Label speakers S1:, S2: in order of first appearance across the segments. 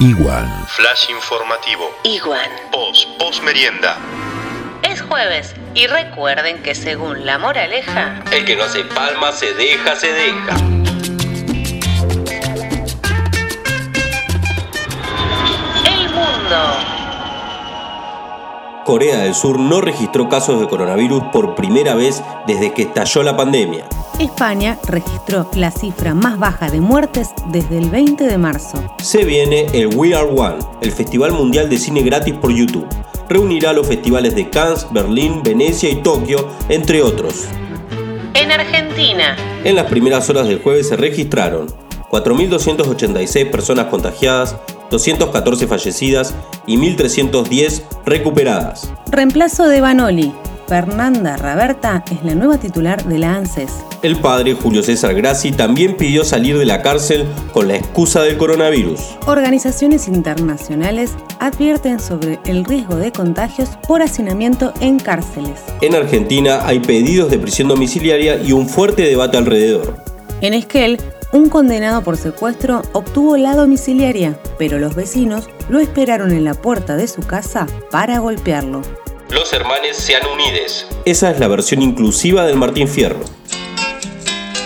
S1: Iguan.
S2: Flash informativo.
S3: Iguan.
S2: Post, post merienda.
S3: Es jueves y recuerden que según la moraleja,
S4: El que no hace palma se deja, se deja.
S3: el mundo.
S4: Corea del Sur no registró casos de coronavirus por primera vez desde que estalló la pandemia.
S5: España registró la cifra más baja de muertes desde el 20 de marzo.
S4: Se viene el We Are One, el Festival Mundial de Cine gratis por YouTube. Reunirá los festivales de Cannes, Berlín, Venecia y Tokio, entre otros.
S3: En Argentina,
S4: En las primeras horas del jueves se registraron 4.286 personas contagiadas, 214 fallecidas y 1.310 recuperadas.
S5: Reemplazo de Banoli. Fernanda Raberta es la nueva titular de la ANSES.
S4: El padre Julio César Grassi también pidió salir de la cárcel con la excusa del coronavirus.
S5: Organizaciones internacionales advierten sobre el riesgo de contagios por hacinamiento en cárceles.
S4: En Argentina hay pedidos de prisión domiciliaria y un fuerte debate alrededor.
S5: En Esquel, un condenado por secuestro obtuvo la domiciliaria, pero los vecinos lo esperaron en la puerta de su casa para golpearlo.
S4: Los hermanos sean unides. Esa es la versión inclusiva del Martín Fierro.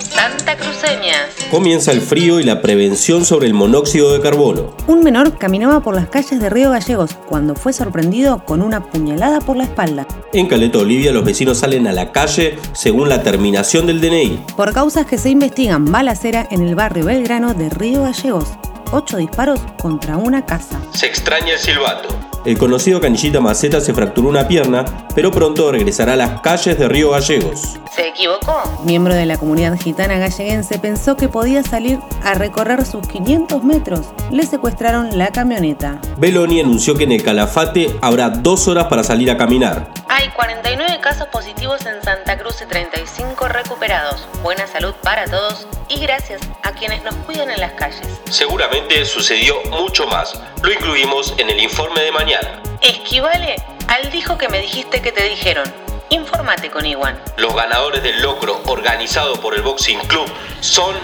S3: Santa Cruceñas.
S4: Comienza el frío y la prevención sobre el monóxido de carbono.
S5: Un menor caminaba por las calles de Río Gallegos cuando fue sorprendido con una puñalada por la espalda.
S4: En Caleta Olivia los vecinos salen a la calle según la terminación del DNI.
S5: Por causas que se investigan, balacera en el barrio Belgrano de Río Gallegos. Ocho disparos contra una casa.
S4: Se extraña el silbato. El conocido canillita Maceta se fracturó una pierna, pero pronto regresará a las calles de Río Gallegos.
S3: ¿Se equivocó?
S5: Miembro de la comunidad gitana galleguense pensó que podía salir a recorrer sus 500 metros. Le secuestraron la camioneta.
S4: Beloni anunció que en el Calafate habrá dos horas para salir a caminar.
S3: Hay 49 casos positivos en Santa Cruz y 35 recuperados. Buena salud para todos y gracias a quienes nos cuidan en las calles.
S4: Seguramente sucedió mucho más. Lo incluimos en el informe de mañana.
S3: Esquivale al dijo que me dijiste que te dijeron. Infórmate con Iwan.
S4: Los ganadores del locro organizado por el Boxing Club son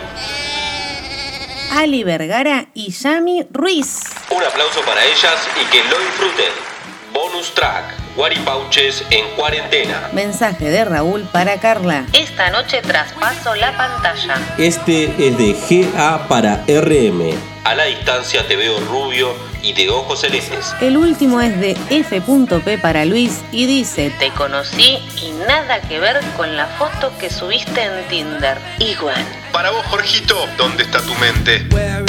S5: Ali Vergara y Yami Ruiz.
S4: un aplauso para ellas y que lo disfruten. Bonus track, Guaripauches en cuarentena.
S5: Mensaje de Raúl para Carla.
S3: Esta noche traspaso la pantalla.
S4: Este es de GA para RM. A la distancia te veo rubio y de ojos celestes.
S5: El último es de F.P para Luis y dice
S3: Te conocí y nada que ver con la foto que subiste en Tinder. Iwan.
S2: Para vos, Jorgito, ¿dónde está tu mente?
S6: Where